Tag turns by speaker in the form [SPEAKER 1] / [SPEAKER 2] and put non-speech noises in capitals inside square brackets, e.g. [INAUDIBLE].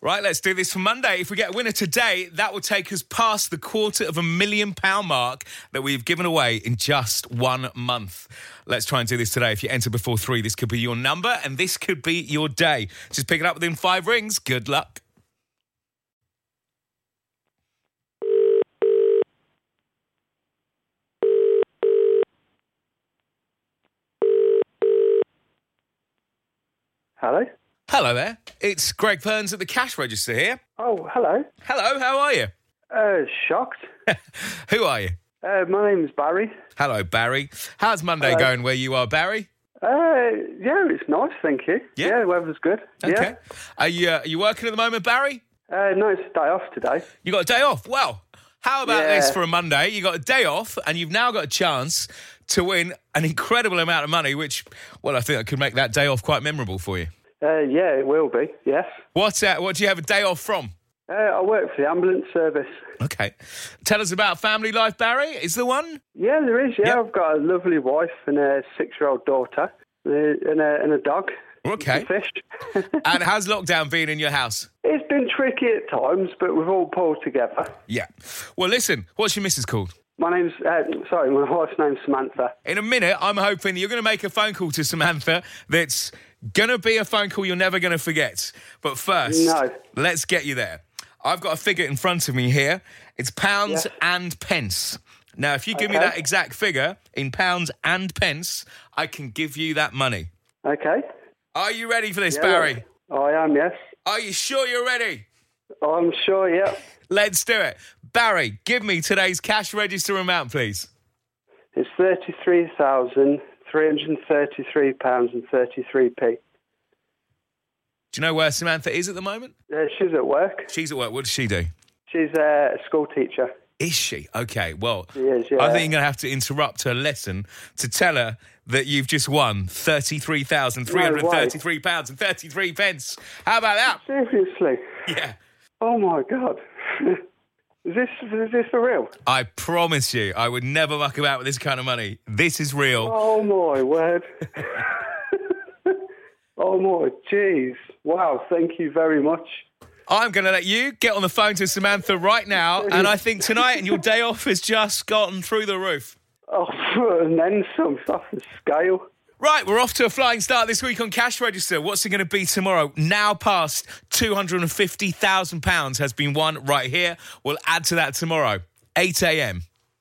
[SPEAKER 1] Right, let's do this for Monday. If we get a winner today, that will take us past the quarter of a million pound mark that we've given away in just one month. Let's try and do this today. If you enter before three, this could be your number and this could be your day. Just pick it up within five rings. Good luck.
[SPEAKER 2] Hello.
[SPEAKER 1] Hello there. It's Greg Burns at the cash register here.
[SPEAKER 2] Oh, hello.
[SPEAKER 1] Hello, how are you? [LAUGHS]
[SPEAKER 2] Uh, shocked.
[SPEAKER 1] Who are you?
[SPEAKER 2] Uh, my name's Barry.
[SPEAKER 1] Hello, Barry. How's Monday
[SPEAKER 2] Hello.
[SPEAKER 1] going where you are, Barry?
[SPEAKER 2] Uh, yeah, it's nice, thank you.
[SPEAKER 1] Yeah.
[SPEAKER 2] the weather's good.
[SPEAKER 1] Okay. Are you, uh, are you working at the moment, Barry?
[SPEAKER 2] Yeah. Uh, no, it's a day off today.
[SPEAKER 1] You got a day off. Well, how about this
[SPEAKER 2] Yeah.
[SPEAKER 1] for a Monday? You got a day off, and you've now got a chance to win an incredible amount of money, which, well, I think that could make that day off quite memorable for you.
[SPEAKER 2] Uh, yeah, it will be, yes.
[SPEAKER 1] What, uh, what do you have a day off from?
[SPEAKER 2] Uh, I work for the ambulance service.
[SPEAKER 1] Okay. Tell us about family life, Barry. Is the one?
[SPEAKER 2] Yeah, there is, yeah.
[SPEAKER 1] Yep.
[SPEAKER 2] I've got a lovely wife and a six year old daughter uh, and a, and a dog.
[SPEAKER 1] Okay.
[SPEAKER 2] and Fish. [LAUGHS]
[SPEAKER 1] And how's lockdown been in your house?
[SPEAKER 2] it's been tricky at times, but we've all pulled together.
[SPEAKER 1] Yeah. Well, listen, what's your missus called?
[SPEAKER 2] My name's, uh, sorry, my wife's name's Samantha.
[SPEAKER 1] In a minute, I'm hoping that you're going to make a phone call to Samantha that's going to be a phone call you're never going to forget. But first,
[SPEAKER 2] No.
[SPEAKER 1] let's get you there. I've got a figure in front of me here. It's pounds
[SPEAKER 2] Yeah.
[SPEAKER 1] and pence. Now, if you give me
[SPEAKER 2] Okay.
[SPEAKER 1] that exact figure in pounds and pence, I can give you that money.
[SPEAKER 2] Okay.
[SPEAKER 1] Are you ready for this,
[SPEAKER 2] Yeah,
[SPEAKER 1] Barry?
[SPEAKER 2] I am, yes.
[SPEAKER 1] Are you sure you're ready?
[SPEAKER 2] Oh, I'm sure, yeah.
[SPEAKER 1] Let's do it. Barry, give me today's cash register amount, please.
[SPEAKER 2] It's thirty-three thousand three hundred thirty-three pounds and thirty-three p.
[SPEAKER 1] Do you know where Samantha is at the moment?
[SPEAKER 2] Uh, she's at work.
[SPEAKER 1] She's at work. What does she do?
[SPEAKER 2] She's a school teacher.
[SPEAKER 1] Is she? Okay, well,
[SPEAKER 2] is, yeah.
[SPEAKER 1] I think you're going to have to interrupt her lesson to tell her that you've just won £33,333 and 33 pence. How about
[SPEAKER 2] [LAUGHS]
[SPEAKER 1] that?
[SPEAKER 2] Seriously?
[SPEAKER 1] Yeah.
[SPEAKER 2] Oh my god! [LAUGHS] is this is this for real?
[SPEAKER 1] I promise you, I would never muck about with this kind of money. This is real.
[SPEAKER 2] Oh my word! [LAUGHS] oh my jeez! Wow! Thank you very much.
[SPEAKER 1] I'm going to let you get on the phone to Samantha right now. And I think tonight and your day off has just gotten through the roof.
[SPEAKER 2] Oh, [LAUGHS] and then some off the scale.
[SPEAKER 1] Right, we're off to a flying start this week on Cash Register. What's it going to be tomorrow? Now past £250,000 has been won right here. We'll add to that tomorrow, 8 a.m.